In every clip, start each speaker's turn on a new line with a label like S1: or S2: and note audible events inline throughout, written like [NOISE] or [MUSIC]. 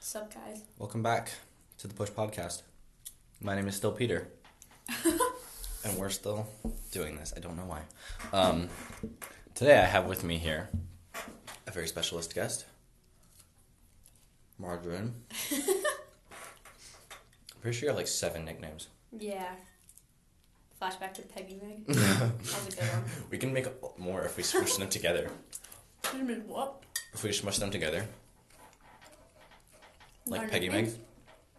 S1: Sup, guys?
S2: Welcome back to the Push Podcast. My name is still [LAUGHS] Peter. and we're still doing this. I don't know why. Um, today I have with me here a very specialist guest, [LAUGHS] Margarine. I'm pretty sure you have like seven nicknames.
S1: Yeah. Flashback to Peggy
S2: [LAUGHS]
S1: Meg. that was a good one.
S2: We can make more if we smush them together.
S1: Should have been what?
S2: If we smush them together, like
S1: Martin
S2: Peggy Meg.
S1: Pink?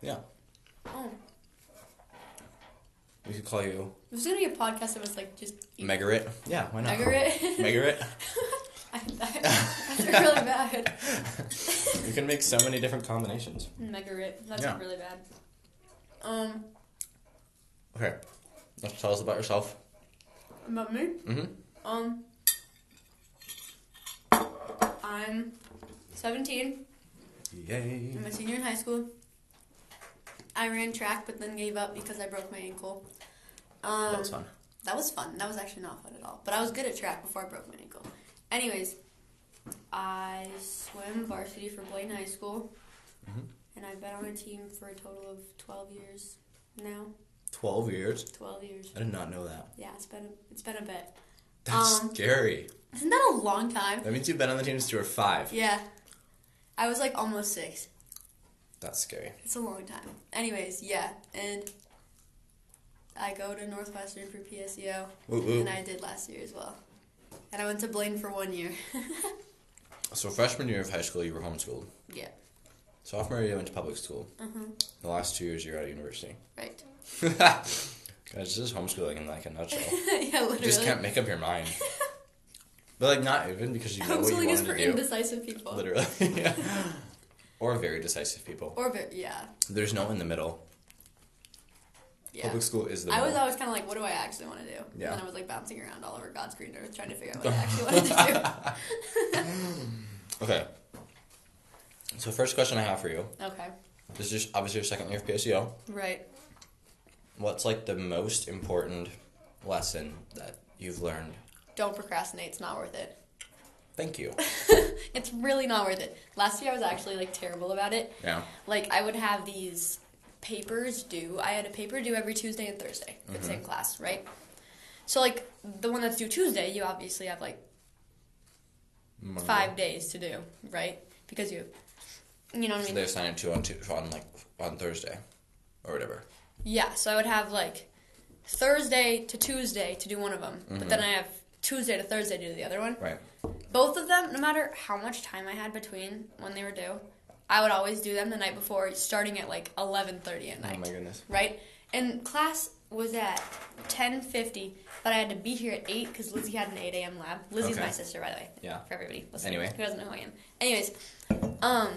S2: Yeah.
S1: Oh.
S2: We could call you
S1: There's gonna be a podcast that was like just.
S2: Megarit. Yeah, why not? [LAUGHS]
S1: Megarit?
S2: Megarit.
S1: [LAUGHS] I-
S2: [LAUGHS]
S1: that- That's really bad.
S2: You can make so many different combinations.
S1: Megarit. That's
S2: Yeah.
S1: really bad. Um,
S2: Okay. Let's tell us about yourself.
S1: about me?
S2: Mm-hmm.
S1: Um, I'm 17.
S2: Yay.
S1: I'm a senior in high school. I ran track but then gave up because I broke my ankle. Um,
S2: That was fun.
S1: That was fun. That was actually not fun at all. But I was good at track before I broke my ankle. Anyways, I swim varsity for Blaine High School,
S2: Mhm.
S1: and I've been on a team for a total of twelve years now.
S2: 12 years?
S1: Twelve years.
S2: I did not know that.
S1: Yeah, it's been a, it's been a bit.
S2: That's
S1: Um,
S2: scary.
S1: Isn't that a long time?
S2: That means you've been on the team since you were five.
S1: Yeah, I was like almost six.
S2: That's scary.
S1: It's a long time. Anyways, yeah, and I go to Northwestern for PSEO,
S2: Woo woo.
S1: and I did last year as well. And I went to Blaine for one year. [LAUGHS]
S2: So freshman year of high school, you were homeschooled.
S1: yeah.
S2: Sophomore year, you went to public school.
S1: Uh huh.
S2: The last two years, you're at university. [LAUGHS]
S1: Right. [LAUGHS]
S2: Guys, this is homeschooling in like a nutshell.
S1: yeah, literally.
S2: You just can't make up your mind. But like not even because you
S1: [LAUGHS]
S2: know what you
S1: Homeschooling
S2: wanted
S1: is for
S2: to do.
S1: indecisive people.
S2: Literally. [LAUGHS] yeah. Or very decisive people.
S1: Or ve- yeah,
S2: There's no in the middle.
S1: yeah.
S2: Public school is the
S1: I was
S2: middle.
S1: always kind of like, what do I actually want to do?
S2: Yeah.
S1: And I was like bouncing around all over God's green earth trying to figure out
S2: [LAUGHS]
S1: what I actually wanted to
S2: Okay. So first question I have for you.
S1: do. okay.
S2: This is obviously your second year of PSEO.
S1: Right.
S2: What's like the most important lesson that you've learned?
S1: Don't procrastinate. It's not worth it.
S2: Thank you.
S1: It's really not worth it. Last year I was actually like terrible about it.
S2: [LAUGHS] Yeah.
S1: Like I would have these papers due. I had a paper due every Tuesday and Thursday for the
S2: Mm-hmm.
S1: same class, right? So like the one that's due Tuesday, you obviously have like
S2: Mm-hmm.
S1: five days to do, right? Because you, you know what I
S2: So
S1: mean.
S2: they assign it to you on, Tu- on like on Thursday, or whatever.
S1: Yeah, so I would have like Thursday to Tuesday to do one of them, but then I have Tuesday to Thursday to do the other one.
S2: Mm-hmm. Right.
S1: Both of them, no matter how much time I had between when they were due, I would always do them the night before, starting at like eleven thirty at night.
S2: Oh my goodness.
S1: Right, and class was at ten fifty, but I had to be here at eight because Lizzie had an eight a.m. lab. Lizzie's
S2: Okay.
S1: my sister, by the way
S2: Yeah.
S1: for everybody listening
S2: Anyway.
S1: who doesn't know who I am. Anyways, um,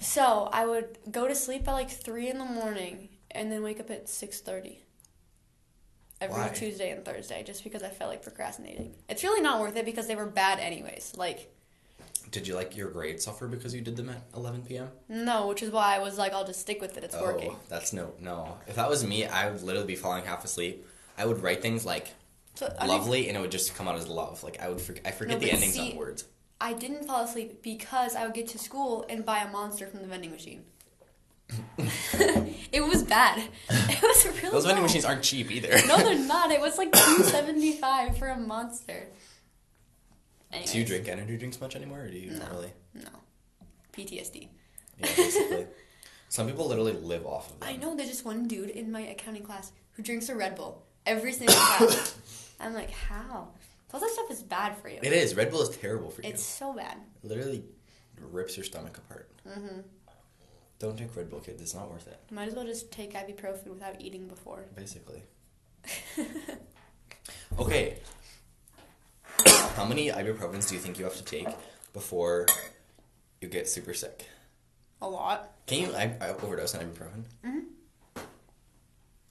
S1: so I would go to sleep at like three in the morning and then wake up at six thirty every
S2: Why?
S1: Tuesday and Thursday just because I felt like procrastinating. It's really not worth it because they were bad anyways. Like
S2: Did you like your grades suffer because you did them at 11 p.m.?
S1: no, which is why I was like, I'll just stick with it. It's working.
S2: Oh, that's no, no. If that was me, I would literally be falling half asleep. I would write things like
S1: So I, mean,
S2: lovely, and it would just come out as love. Like I would, forg I forget
S1: No,
S2: the
S1: but
S2: endings
S1: see-
S2: on words.
S1: I didn't fall asleep because I would get to school and buy a monster from the vending machine. [LAUGHS] it was bad. It was really
S2: Those
S1: bad.
S2: vending machines aren't cheap either.
S1: No, they're not. It was like two seventy five for a monster. Anyways,
S2: [LAUGHS] Do you drink energy drinks much anymore, or do you not
S1: No.
S2: really?
S1: No, PTSD.
S2: Yeah, basically. [LAUGHS] Some people literally live off of them.
S1: I know there's just one dude in my accounting class who drinks a Red Bull every single
S2: [COUGHS]
S1: class. I'm like, how? All that stuff is bad for you.
S2: It is. Red Bull is terrible for you.
S1: It's so bad.
S2: It literally rips your stomach apart. Mm-hmm. Don't drink Red Bull, kids. It's not worth it.
S1: Might as well just take ibuprofen without eating before. [LAUGHS]
S2: Basically. okay. How many ibuprofens do you think you have to take before you get super sick?
S1: A lot.
S2: Can you I, I overdose on ibuprofen? Mm-hmm. This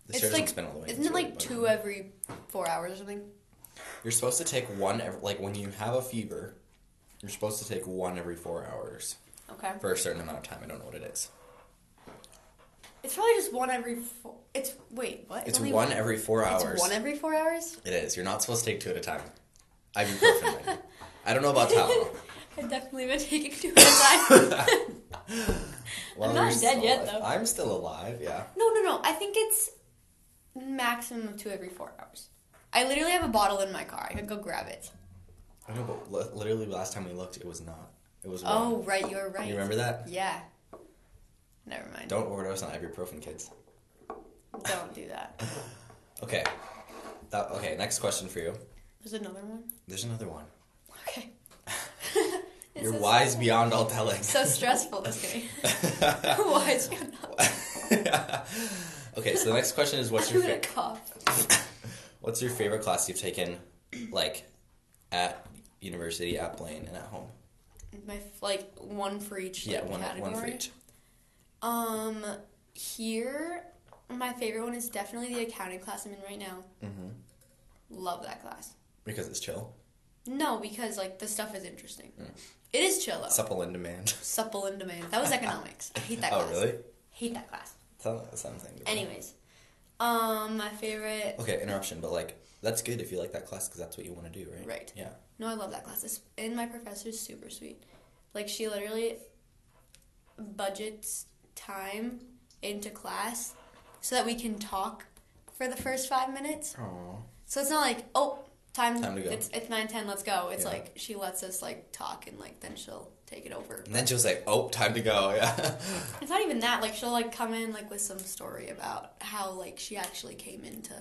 S1: It's
S2: chair doesn't
S1: like-
S2: spin all the way.
S1: Isn't
S2: It's
S1: it
S2: really
S1: like
S2: bugging
S1: two
S2: me.
S1: every four hours or something?
S2: You're supposed to take one every, like when you have a fever. You're supposed to take one every four hours
S1: Okay.
S2: for a certain amount of time. I don't know what it is.
S1: It's probably just one every four. It's wait, what?
S2: It's
S1: only
S2: one every four
S1: It's
S2: hours.
S1: one every four hours.
S2: it is. You're not supposed to take two at a time. Ibuprofen. maybe.
S1: [LAUGHS]
S2: I don't know about Tylenol. [LAUGHS]
S1: I definitely been taking two at a time.
S2: While
S1: not
S2: you're
S1: dead
S2: still
S1: yet,
S2: alive.
S1: though.
S2: I'm still alive, yeah.
S1: No, no, no. I think it's maximum of two every four hours. I literally have a bottle in my car. I could go grab it.
S2: I know, but li- literally last time we looked, it was not. It was
S1: Oh,
S2: one.
S1: right. You're right.
S2: You remember that?
S1: Yeah. Never mind.
S2: Don't overdose on ibuprofen, kids.
S1: Don't do that.
S2: Okay. That, okay, next question for you.
S1: There's another one.
S2: There's another one.
S1: Okay.
S2: [LAUGHS]
S1: This
S2: You're
S1: is
S2: wise beyond all telling.
S1: So stressful.
S2: [LAUGHS]
S1: Just kidding. [LAUGHS] Why is you not?
S2: okay, so the next question is what's
S1: I'm
S2: your
S1: gonna
S2: fa- [COUGHS]
S1: cough.
S2: what's your favorite class you've taken like at university, at Blaine, and at home?
S1: My f- like one for each.
S2: Yeah,
S1: like,
S2: one
S1: category.
S2: one for each.
S1: Um, here, my favorite one is definitely the accounting class I'm in right now.
S2: hmm
S1: Love that class.
S2: Because it's chill.
S1: No, because like the stuff is interesting.
S2: Hmm.
S1: It is chill though.
S2: Supple
S1: [LAUGHS]
S2: in demand.
S1: Supple and demand. That
S2: [LAUGHS]
S1: was economics. I hate that
S2: oh
S1: class.
S2: really?
S1: Hate that class.
S2: Tell something.
S1: Anyways, um, my favorite.
S2: Okay, interruption, but like that's good if you like that class because that's what you want to do, right?
S1: Right.
S2: Yeah.
S1: No, I love that class. It's, and my professor's super sweet. Like she literally budgets time into class so that we can talk for the first five minutes.
S2: Aww.
S1: So it's not like oh time,
S2: Time to go.
S1: it's it's nine ten let's go. It's
S2: Yeah.
S1: like she lets us like talk and like then she'll take it over.
S2: And then she was like, "Oh, time to go." [LAUGHS] Yeah.
S1: It's not even that. Like she'll like come in like with some story about how like she actually came into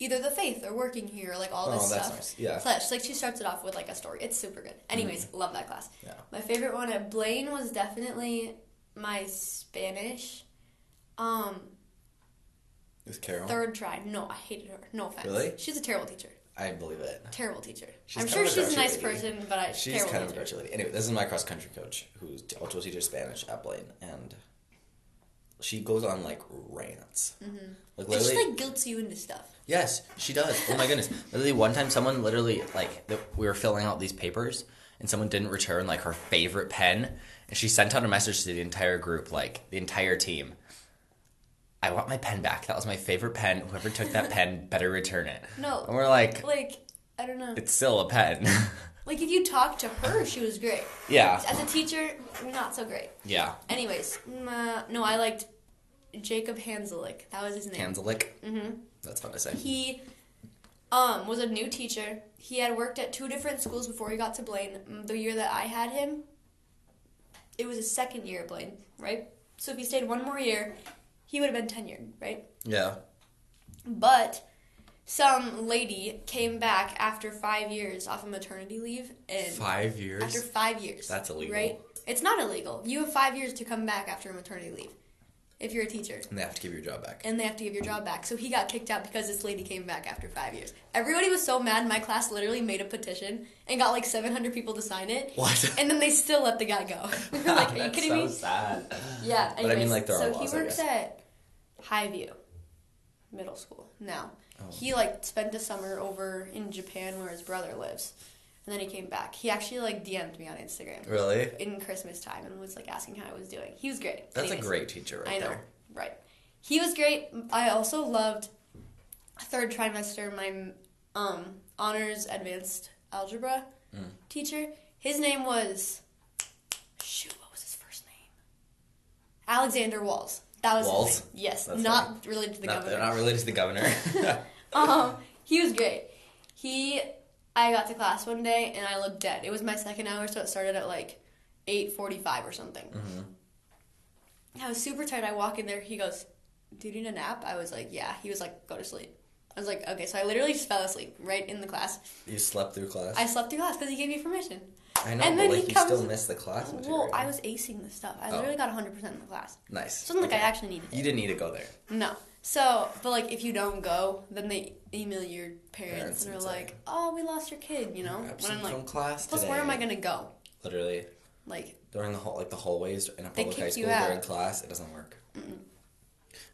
S1: either the faith or working here, like all this
S2: Oh, that's
S1: stuff.
S2: nice. Yeah. Mm-hmm.
S1: So that's- like she starts it off with like a story. It's super good. Anyways, love that class.
S2: Yeah.
S1: My favorite one at Blaine was definitely my Spanish. Um,
S2: With Carol,
S1: third try. No, I hated her. No offense.
S2: Really?
S1: She's a terrible teacher.
S2: I believe it.
S1: Terrible teacher.
S2: She's
S1: I'm
S2: kind
S1: sure
S2: of a
S1: she's a nice
S2: grouchy lady.
S1: person, but I
S2: She's
S1: terrible
S2: kind of a
S1: teacher.
S2: virtual lady. Anyway, this is my cross country coach who's t- also teaches Spanish at Blaine, and she goes on like rants. Mm-hmm. Like
S1: And
S2: literally,
S1: She like guilts you into stuff.
S2: yes, she does. Oh my goodness! Literally, one time someone literally like th- we were filling out these papers, and someone didn't return like her favorite pen, and she sent out a message to the entire group, like the entire team. I want my pen back. That was my favorite pen. Whoever took that pen better return it.
S1: No.
S2: And we're like,
S1: Like I don't know.
S2: it's still a pen. [LAUGHS]
S1: Like if you talk to her, she was great.
S2: yeah.
S1: As a teacher, not so great.
S2: Yeah.
S1: Anyways, mm, uh, no, I liked Jacob Hanselik. That was his name.
S2: Hanselik. Mm-hmm. That's fun to say.
S1: he um was a new teacher. He had worked at two different schools before he got to Blaine. Mm, The year that I had him, it was his second year at Blaine, right? So if he stayed one more year, he would have been tenured, right?
S2: Yeah.
S1: But some lady came back after five years off of maternity leave and
S2: Five years.
S1: after five years.
S2: That's illegal.
S1: Right? It's not illegal. You have five years to come back after maternity leave if you're a teacher.
S2: and they have to give your job back.
S1: And they have to give your job back. So he got kicked out because this lady came back after five years. Everybody was so mad. My class literally made a petition and got like 700 people to sign it.
S2: [LAUGHS] What?
S1: And then they still let the guy go. [LAUGHS] They're like,
S2: [LAUGHS]
S1: are you
S2: That's
S1: kidding
S2: so
S1: me?
S2: sad.
S1: Yeah.
S2: I mean,
S1: anyways,
S2: like, there are
S1: so
S2: laws,
S1: he
S2: I
S1: works
S2: guess.
S1: at Highview Middle School now.
S2: Oh.
S1: He like spent a summer over in Japan where his brother lives, and then he came back. He actually like DM'd me on Instagram
S2: Really?
S1: in Christmas time and was like asking how I was doing. He was great.
S2: That's
S1: Anyways,
S2: a great teacher right
S1: I know,
S2: there.
S1: right? He was great. I also loved third trimester my um honors advanced algebra
S2: Mm.
S1: teacher. His name was shoot. What was his first name? Alexander Walls. That was his
S2: Walls?
S1: name. Yes,
S2: That's
S1: not related to the
S2: Not,
S1: governor.
S2: they're not related to the governor.
S1: [LAUGHS]
S2: [LAUGHS]
S1: Um, he was great. He, I got to class one day and I looked dead. It was my second hour, so it started at like eight forty-five or something. I was super tired. I walk in there. He goes, "Do you need a nap?" I was like, "Yeah." He was like, "Go to sleep." I was like, "Okay." So I literally just fell asleep right in the class.
S2: you slept through class.
S1: I slept through class because he gave me permission.
S2: I know,
S1: and
S2: but
S1: then
S2: like
S1: he
S2: you
S1: comes-
S2: still missed the class material.
S1: Well, I was acing the stuff. I literally got hundred percent in the class.
S2: nice.
S1: It wasn't like
S2: Okay.
S1: I actually needed it.
S2: You didn't need to go there.
S1: No. So, but like, if you don't go, then they email your
S2: Parents
S1: parents, and they're
S2: and
S1: like,
S2: say-
S1: "Oh, we lost your kid," you know. And
S2: Absent
S1: I'm like,
S2: from class
S1: plus, where
S2: today.
S1: am I gonna go?
S2: Literally
S1: Like,
S2: during the hall, like the hallways in a
S1: They
S2: public high
S1: kick you
S2: school
S1: out.
S2: during class, it doesn't work.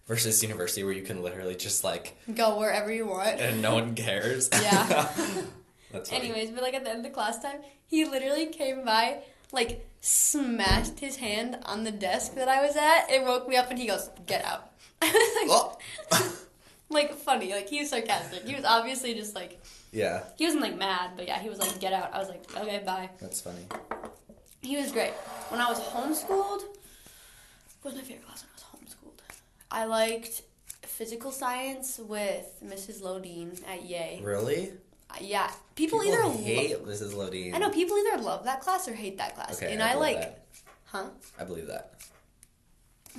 S2: Versus university where you can literally just like
S1: go wherever you want.
S2: and no one cares.
S1: [LAUGHS] Yeah.
S2: [LAUGHS] That's funny.
S1: Anyways, but like at the end of class time, he literally came by, like, smashed his hand on the desk that I was at. It woke me up, and he goes, "Get out." [LAUGHS] I was like,
S2: Oh.
S1: [LAUGHS] like funny, like he was sarcastic. He was obviously just like
S2: yeah,
S1: he wasn't like mad, but yeah, he was like, "Get out." I was like, "Okay, bye."
S2: that's funny.
S1: He was great. When I was homeschooled, What was my favorite class when I was homeschooled? I liked physical science with Mrs. Lodine at Yay.
S2: Really?
S1: Uh, Yeah, people, either lo-
S2: hate Mrs. Lodine.
S1: I know people either love that class or hate that class,
S2: Okay,
S1: and I,
S2: I believe
S1: like,
S2: that.
S1: huh?
S2: I believe that.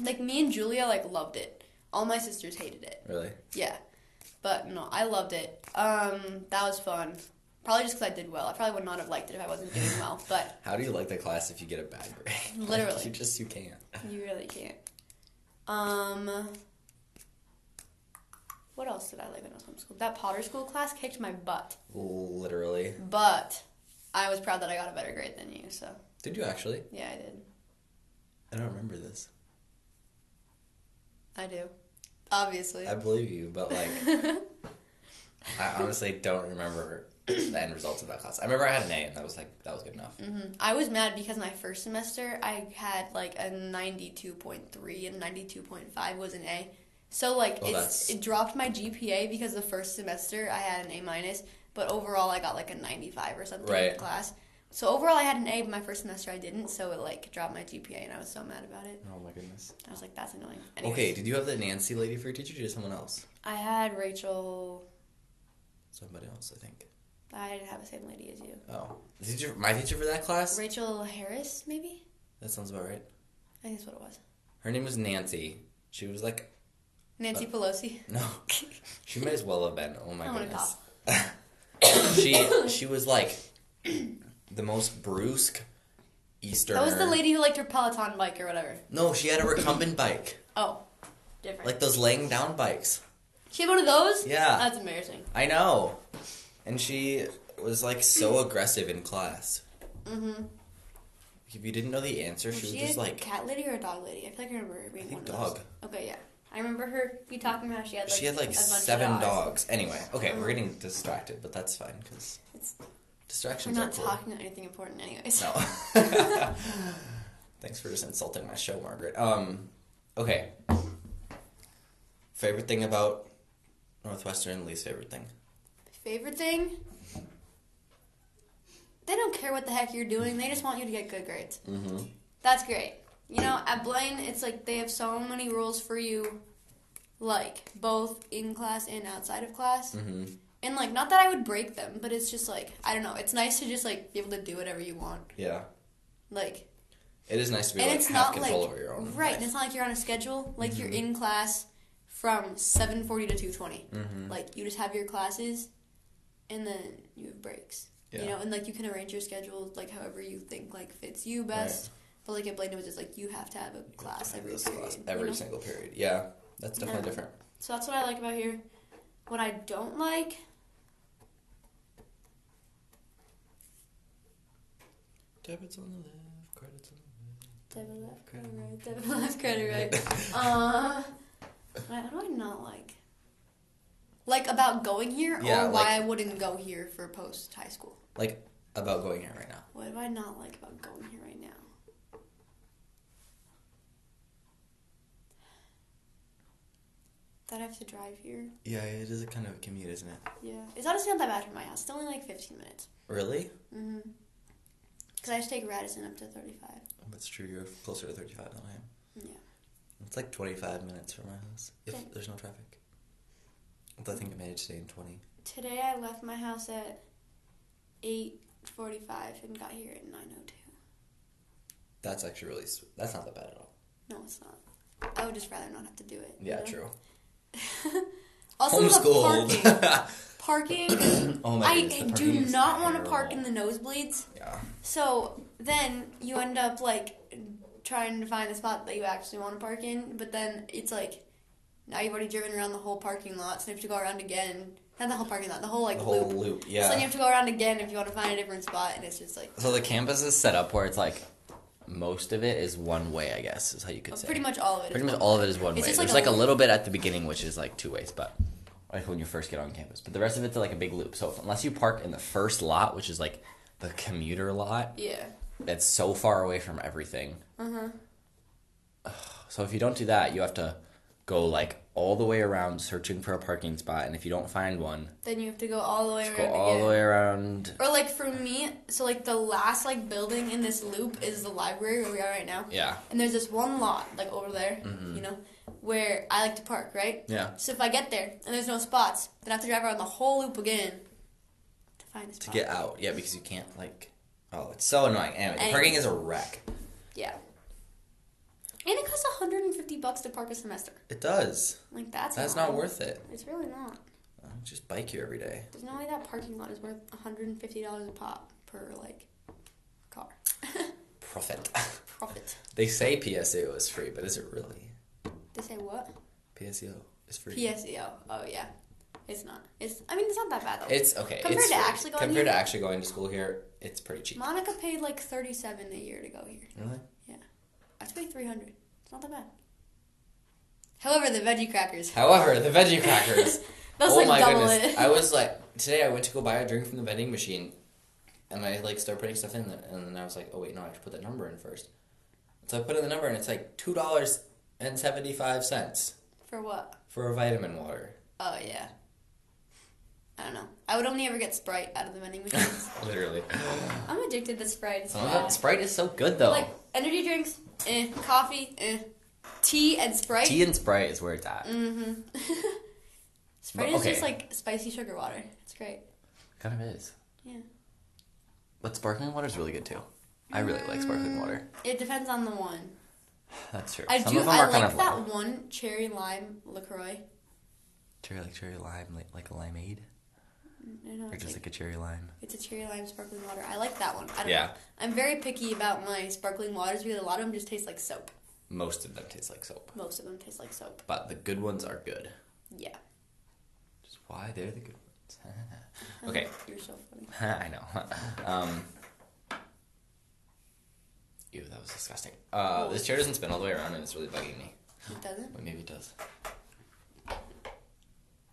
S1: Like me and Julia like loved it. All my sisters hated it.
S2: Really?
S1: Yeah, but no, I loved it. Um, that was fun. Probably just because I did well. I probably would not have liked it if I wasn't doing well. But
S2: How do you like that class if you get a bad grade? [LAUGHS] Like,
S1: Literally.
S2: you just you can't.
S1: you really can't. Um, what else did I like when I was homeschooled? That Potter School class kicked my butt,
S2: Literally.
S1: but I was proud that I got a better grade than you. So
S2: Did you actually?
S1: yeah, I did.
S2: I don't remember this.
S1: I do. Obviously.
S2: I believe you, but
S1: [LAUGHS]
S2: like I honestly don't remember the end results of that class. I remember I had an A and that was like that was good enough.
S1: Mhm. I was mad because my first semester I had like a 92.3 and 92.5 was an A. So like
S2: Oh, that's-
S1: it's, it dropped my GPA because the first semester I had an A minus, but overall I got like a 95 or something in
S2: Right.
S1: class. So overall I had an A, but my first semester I didn't, so it like dropped my GPA and I was so mad about it.
S2: Oh my goodness.
S1: I was like that's annoying. Anyways,
S2: Okay, did you have the Nancy lady for your teacher or did someone else?
S1: I had Rachel
S2: Somebody else, I think.
S1: I didn't have the same lady as you.
S2: Oh. The teacher my teacher for that class?
S1: Rachel Harris maybe?
S2: That sounds about right.
S1: I think that's what it was.
S2: Her name was Nancy. She was like
S1: Nancy
S2: Uh,
S1: Pelosi. [LAUGHS]
S2: no. She might as well have been. Oh my
S1: I wanna
S2: goodness. [LAUGHS] she she was like the most brusque Easterner.
S1: That was the lady who liked her Peloton bike or whatever.
S2: No, she had a recumbent bike,
S1: Oh, different.
S2: like those laying down bikes.
S1: she had one of those.
S2: Yeah.
S1: that's embarrassing.
S2: I know. And she was like so aggressive in class.
S1: Mm-hmm.
S2: If you didn't know the answer, she was just
S1: a
S2: like
S1: cat lady or a dog lady? I feel like I remember her being
S2: I think
S1: one of
S2: dog.
S1: those. Okay, yeah, I remember her. You talking about how she had like
S2: she had
S1: a
S2: like
S1: bunch of
S2: seven dogs.
S1: dogs.
S2: Anyway, okay,
S1: Uh-huh.
S2: we're getting distracted, but that's fine because
S1: It's- We're
S2: distractions
S1: not
S2: are cool.
S1: talking about anything important, anyways.
S2: No. [LAUGHS] Thanks for just insulting my show, Margaret. Um, okay. Favorite thing about Northwestern, least favorite thing.
S1: [LAUGHS] Favorite thing? They don't care what the heck you're doing. They just want you to get good grades.
S2: Mm-hmm.
S1: That's great. You know, at Blaine, it's like they have so many rules for you, like both in class and outside of class.
S2: Mm-hmm.
S1: And like, not that I would break them, but it's just like I don't know. It's nice to just like be able to do whatever you want.
S2: Yeah.
S1: Like,
S2: It is nice to be
S1: and
S2: like
S1: it's
S2: have
S1: not like
S2: control over your own.
S1: right. And it's not like you're on a schedule. Like you're in class from seven forty to two
S2: Mm-hmm.
S1: Like you just have your classes, and then you have breaks.
S2: Yeah.
S1: You know, and like you can arrange your schedule like however you think like fits you best. But like at Blaine, it was just like you have to have a class every
S2: This
S1: period.
S2: class-
S1: you
S2: every
S1: know?
S2: single period. Yeah, that's definitely
S1: Yeah.
S2: different.
S1: So that's what I like about here. What I don't like.
S2: Debits on the left, credits on
S1: Devil left, credit right. Devil left, credit right. Uh, what what do I not like? Like about going here,
S2: Yeah,
S1: or why
S2: like-
S1: I wouldn't go here for post high school.
S2: Like [LAUGHS] about going here right now.
S1: What do I not like about going here right now? That I have to drive here.
S2: Yeah, it is a kind of a commute, isn't it?
S1: Yeah, it's honestly not that bad from my house. It's only like fifteen minutes.
S2: Really?
S1: Mhm. Cause I just take Radisson up to thirty-five.
S2: That's true. You're closer to thirty-five than I am.
S1: Yeah.
S2: It's like twenty-five minutes from my house if
S1: Okay.
S2: there's no traffic. But I think I managed to stay in twenty.
S1: Today I left my house at eight forty-five and got here at nine oh two.
S2: That's actually really. s- That's not that bad at all.
S1: No, it's not. I would just rather not have to do it. you
S2: Yeah,
S1: know?
S2: true.
S1: [LAUGHS] also, the parking.
S2: Homeschooled.
S1: Parking.
S2: [LAUGHS] oh my
S1: I
S2: goodness, the
S1: do
S2: parking is
S1: not want to park
S2: terrible.
S1: in the nosebleeds.
S2: Yeah.
S1: So then you end up like trying to find the spot that you actually want to park in, but then it's like now you've already driven around the whole parking lot, so you have to go around again. Not the whole parking lot, the whole like
S2: The whole
S1: loop.
S2: loop. Yeah.
S1: So then you have to go around again if you want to find a different spot, and it's just like
S2: So the campus is set up where it's like most of it is one way, I guess, is how you could
S1: Oh,
S2: say.
S1: pretty much all of it.
S2: Pretty much all of it is one
S1: It's
S2: way.
S1: just like
S2: There's
S1: a-
S2: like a little bit at the beginning which is like two ways, but like when you first get on campus. But the rest of it's like a big loop. So if, unless you park in the first lot, which is like the commuter lot,
S1: Yeah.
S2: that's so far away from everything.
S1: Uh huh.
S2: So if you don't do that, you have to go like all the way around searching for a parking spot, and if you don't find one,
S1: Then you have to go all the way
S2: just
S1: around.
S2: go all
S1: again. Uh-huh.
S2: the way around.
S1: Or like for me, so like the last like building in this loop is the library where we are right now.
S2: Yeah,
S1: And there's this one lot like over there,
S2: Mhm.
S1: you know, where I like to park, right?
S2: yeah.
S1: So if I get there and there's no spots, then I have to drive around the whole loop again to find a
S2: To
S1: spot.
S2: get out, yeah, because you can't like. Oh, it's so annoying. Anyway, the
S1: And-
S2: parking is a wreck.
S1: Yeah. And it costs 150 bucks to park a semester.
S2: It does.
S1: Like that's
S2: That's not worth it.
S1: It's really not.
S2: I just bike here every day.
S1: There's no way that parking lot is worth 150 dollars a pop per like car
S2: Profit. [LAUGHS]
S1: profit.
S2: they say PSAO is free, but is it really?
S1: They say what?
S2: PSAO is free.
S1: PSEO. Oh yeah, it's not. It's. I mean, it's not that bad though.
S2: It's okay.
S1: Compared
S2: it's
S1: to
S2: free.
S1: actually going
S2: compared
S1: here?
S2: to actually going to school here, it's pretty cheap.
S1: Monica paid like 37 a year to go here.
S2: Really?
S1: I paid 300. It's not that bad. However, the veggie crackers.
S2: However, the veggie crackers.
S1: [LAUGHS] That's
S2: oh
S1: like
S2: my
S1: double
S2: goodness!
S1: it.
S2: I was like today. I went to go buy a drink from the vending machine, and I like started putting stuff in, the, and then I was like, oh wait, no, I have to put that number in first. So I put in the number, and it's like two dollars and seventy five cents
S1: [LAUGHS] For what?
S2: for a vitamin water. [LAUGHS]
S1: Oh yeah. I don't know. I would only ever get Sprite out of the vending
S2: [LAUGHS]
S1: machines.
S2: Literally.
S1: I'm addicted to Sprite. It's
S2: Oh,
S1: bad.
S2: Sprite is so good though.
S1: Like energy drinks, eh. Coffee, eh. Tea and Sprite.
S2: Tea and Sprite is where it's at.
S1: mm-hmm. [LAUGHS] Sprite is
S2: okay.
S1: just like spicy sugar water. It's great.
S2: Kind of is.
S1: Yeah.
S2: But sparkling water is really good too. I really like sparkling water.
S1: Mm, It depends on the one.
S2: That's true.
S1: Mm. I
S2: Some
S1: do.
S2: of them
S1: I
S2: are
S1: like
S2: kind of
S1: that
S2: like
S1: one cherry lime Lacroix.
S2: cherry, like cherry lime, like, like a limeade,
S1: I know
S2: or
S1: it's
S2: just
S1: like,
S2: like a cherry lime.
S1: it's a cherry lime sparkling water. I like that one. I don't
S2: Yeah.
S1: Know. I'm very picky about my sparkling waters because a lot of them just taste like soap.
S2: Most of them taste like soap,
S1: Most of them taste like soap.
S2: but the good ones are good.
S1: Yeah.
S2: Just why they're the good ones. [LAUGHS] okay, [LAUGHS]
S1: You're so funny.
S2: I know. [LAUGHS] um, ew, that was disgusting. Uh, this chair doesn't spin all the way around, and it's really bugging me.
S1: It doesn't.
S2: Wait, maybe it does.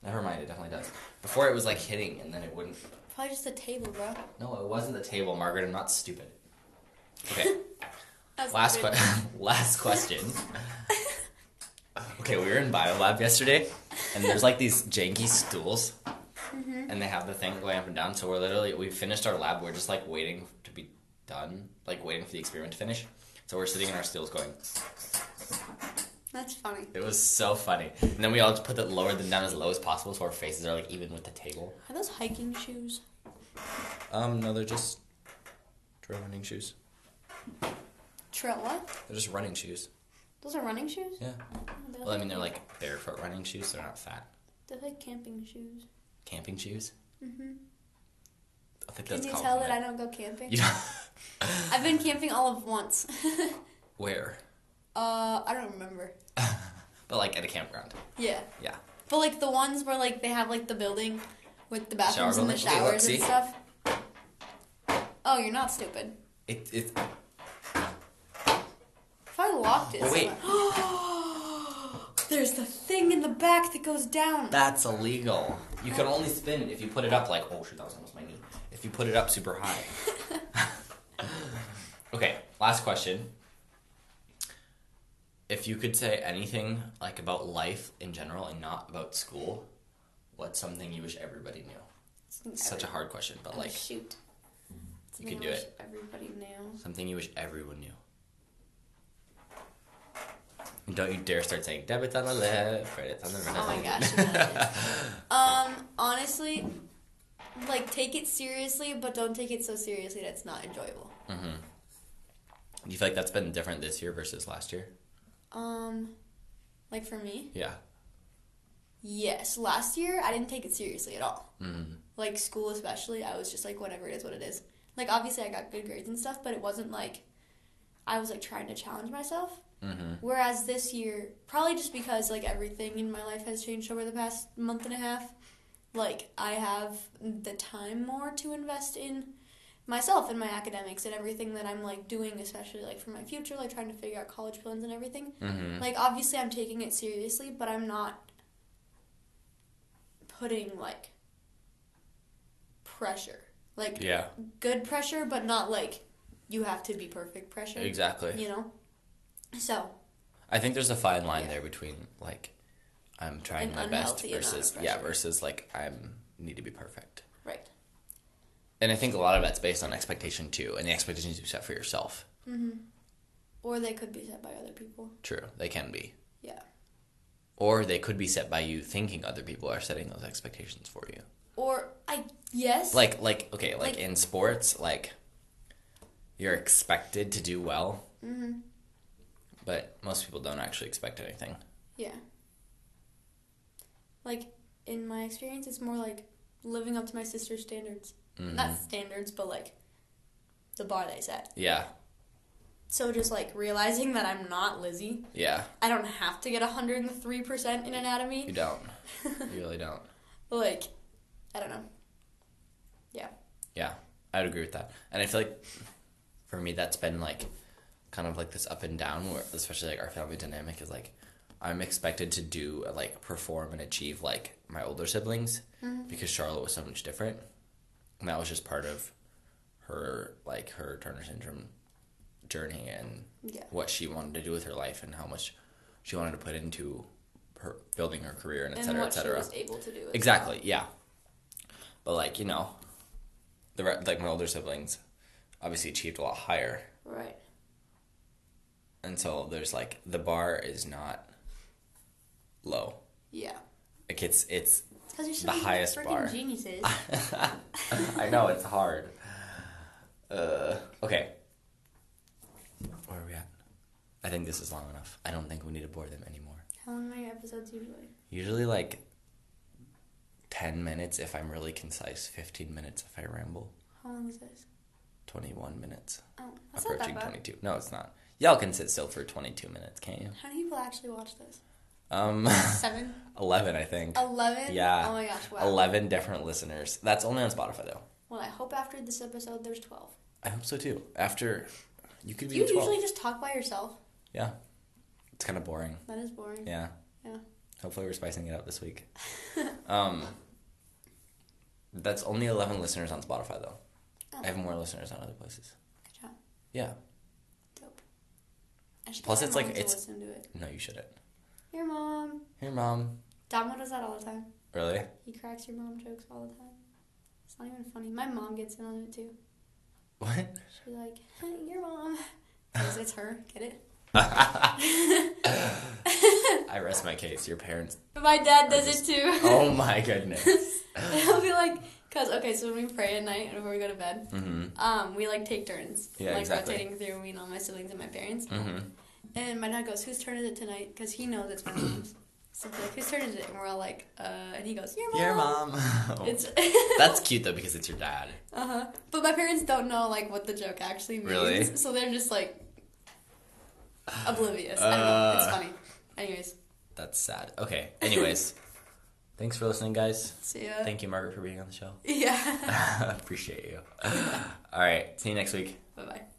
S2: Never mind, it definitely does. Before it was like hitting, and then it wouldn't.
S1: Probably just the table, bro.
S2: No, it wasn't the table, Margaret. I'm not stupid. [LAUGHS] Okay.
S1: That's
S2: Last
S1: good.
S2: question. [LAUGHS] last question. Okay, we were in bio lab yesterday, and there's like these janky stools, and they have the thing going up and down. So we're literally we finished our lab. We're just like waiting to be done, like waiting for the experiment to finish. So we're sitting in our stools going.
S1: That's funny.
S2: It was so funny. And then we all just put that lower them down as low as possible, so our faces are like even with the table.
S1: Are those hiking shoes?
S2: Um, no, they're just trail running shoes.
S1: Trail what?
S2: They're just running shoes.
S1: Those are running shoes?
S2: Yeah.
S1: Oh, they're
S2: Well, I mean, they're like barefoot running shoes. They're not fat.
S1: They're like camping shoes.
S2: Camping shoes.
S1: Mm-hmm.
S2: I think
S1: Can
S2: that's
S1: you
S2: called.
S1: tell that
S2: [LAUGHS]
S1: I don't go camping?
S2: You don't-
S1: I've been camping all of once. [LAUGHS]
S2: Where?
S1: uh, I don't remember.
S2: But like at a campground.
S1: Yeah.
S2: Yeah.
S1: But like the ones where like they have like the building with the bathrooms and the
S2: building? Okay, look,
S1: showers
S2: see?
S1: and stuff. Oh, you're not stupid.
S2: It it.
S1: If I locked it,
S2: Well, wait.
S1: someone- [GASPS] there's the thing in the back that goes down.
S2: That's illegal. You can only spin it if you put it up like oh shoot that was almost my knee. If you put it up super high.
S1: [LAUGHS]
S2: okay, last question. If you could say anything like about life in general and not about school, what's something you wish everybody knew? It's such a hard question, but
S1: Oh,
S2: like
S1: shoot.
S2: you can
S1: Something I
S2: do
S1: wish
S2: it.
S1: Everybody knew.
S2: something you wish everyone knew. And Don't you dare start saying debit's on the left, credit's on the right.
S1: Oh my gosh. Um, honestly, like take it seriously, but don't take it so seriously that it's not enjoyable.
S2: [LAUGHS] Do you feel like that's been different this year versus last year?
S1: Um, like for me,
S2: Yeah.
S1: yes. Last year, I didn't take it seriously at all.
S2: Mm.
S1: Like school, especially, I was just like, whatever it is, what it is. Like obviously, I got good grades and stuff, but it wasn't like I was like trying to challenge myself.
S2: Mm-hmm.
S1: Whereas this year, probably just because like everything in my life has changed over the past month and a half, like I have the time more to invest in myself and my academics and everything that I'm like doing, especially like for my future, like trying to figure out college plans and everything.
S2: Mm-hmm.
S1: Like obviously I'm taking it seriously, but I'm not putting like pressure. Like
S2: Yeah.
S1: good pressure, but not like you have to be perfect pressure.
S2: Exactly.
S1: You know? So
S2: I think there's a fine line
S1: Yeah.
S2: there between like I'm trying
S1: An
S2: my best
S1: unhealthy amount of
S2: versus yeah
S1: pressure.
S2: versus like I'm need to be perfect.
S1: Right.
S2: And I think a lot of that's based on expectation too, and the expectations you set for yourself.
S1: Or they could be set by other people.
S2: True, they can be,
S1: Yeah.
S2: or they could be set by you thinking other people are setting those expectations for you.
S1: Or I yes.
S2: Like like okay, like,
S1: Like-
S2: in sports, like you're expected to do well,
S1: Mhm.
S2: but most people don't actually expect anything.
S1: Yeah. Like in my experience, it's more like living up to my sister's standards.
S2: Mm-hmm.
S1: Not standards, but like the bar they set.
S2: Yeah,
S1: So just like realizing that I'm not Lizzie.
S2: yeah,
S1: I don't have to get 103% in anatomy.
S2: you don't, you really don't.
S1: Like, I don't know. Yeah.
S2: Yeah, I would agree with that. And I feel like for me, that's been like kind of like this up and down, where especially like our family dynamic is like I'm expected to do like perform and achieve like my older siblings
S1: Mm-hmm.
S2: because Charlotte was so much different, and that was just part of her like her Turner syndrome journey and
S1: Yeah.
S2: what she wanted to do with her life and how much she wanted to put into her building her career and et
S1: And
S2: cetera, et
S1: what she
S2: cetera.
S1: was able to do. as
S2: Exactly. Yeah. But like you know, the re- like my older siblings, obviously achieved a lot higher,
S1: well. Right.
S2: and so there's like the bar is not low.
S1: Yeah.
S2: Like it's it's. [LAUGHS]
S1: Because you're
S2: The highest bar. Ah.
S1: geniuses.
S2: I know it's hard. Uh. Okay. Where are we at? I think this is long enough. I don't think we need to bore them anymore.
S1: How long are your episodes usually?
S2: Usually like. Ten minutes if I'm really concise. Fifteen minutes if I ramble.
S1: How long is this?
S2: Twenty-one minutes.
S1: Oh, that's not
S2: approaching
S1: that bad.
S2: 22. No, it's not. Y'all can sit still for 22 minutes, can't you?
S1: How many people actually watch this?
S2: Um, [LAUGHS]
S1: Seven?
S2: 11, I think.
S1: Eleven?
S2: Yeah.
S1: Oh my gosh, wow.
S2: 11 different listeners. That's only on Spotify, though.
S1: Well, I hope after this episode there's 12.
S2: I hope so, too. After, you could
S1: Do
S2: be
S1: you
S2: 12.
S1: usually just talk by yourself?
S2: Yeah. It's kind of boring.
S1: That is boring.
S2: Yeah.
S1: Mm. Yeah.
S2: Hopefully, we're spicing it up
S1: [LAUGHS]
S2: this week. um, that's only 11 listeners on Spotify, though.
S1: Oh,
S2: I have more listeners on other places.
S1: good job.
S2: Yeah.
S1: Dope. I should
S2: Plus,
S1: tell
S2: it's
S1: my
S2: like-
S1: mom to
S2: it's-
S1: listen to it.
S2: No, you shouldn't.
S1: Your mom.
S2: Here, mom.
S1: Damo does that all the time.
S2: Really? [LAUGHS]
S1: He cracks your mom jokes all the time. It's not even funny. My mom gets in on it too.
S2: What?
S1: She's like, hey, your mom. Because it's her. Get it?
S2: I rest my case. Your parents.
S1: But my dad does
S2: Or
S1: it too. [LAUGHS]
S2: [LAUGHS] Oh my goodness.
S1: He'll be like, cause okay, so when we pray at night before we go to bed,
S2: Mm-hmm.
S1: um, we like take turns,
S2: Yeah,
S1: like
S2: exactly.
S1: rotating through me and all my siblings and my parents.
S2: Mm-hmm.
S1: And my dad goes, "Whose turn is it tonight?" Because he knows it's my mom's. So he's like, "Whose turn is it?" And we're all like, "Uh," and he goes, "Your mom."
S2: Your mom. [LAUGHS] Oh
S1: It's [LAUGHS]
S2: That's cute though because it's your dad.
S1: uh huh. But my parents don't know like what the joke actually means,
S2: Really?
S1: so they're just
S2: [SIGHS]
S1: like oblivious. I don't know. It's
S2: Uh.
S1: funny. Anyways,
S2: That's sad. Okay. Anyways, [LAUGHS] thanks for listening, guys.
S1: see ya.
S2: Thank you, [LAUGHS] Margaret, for being on the show.
S1: [LAUGHS] yeah.
S2: Appreciate you. All right. See you next week.
S1: bye bye.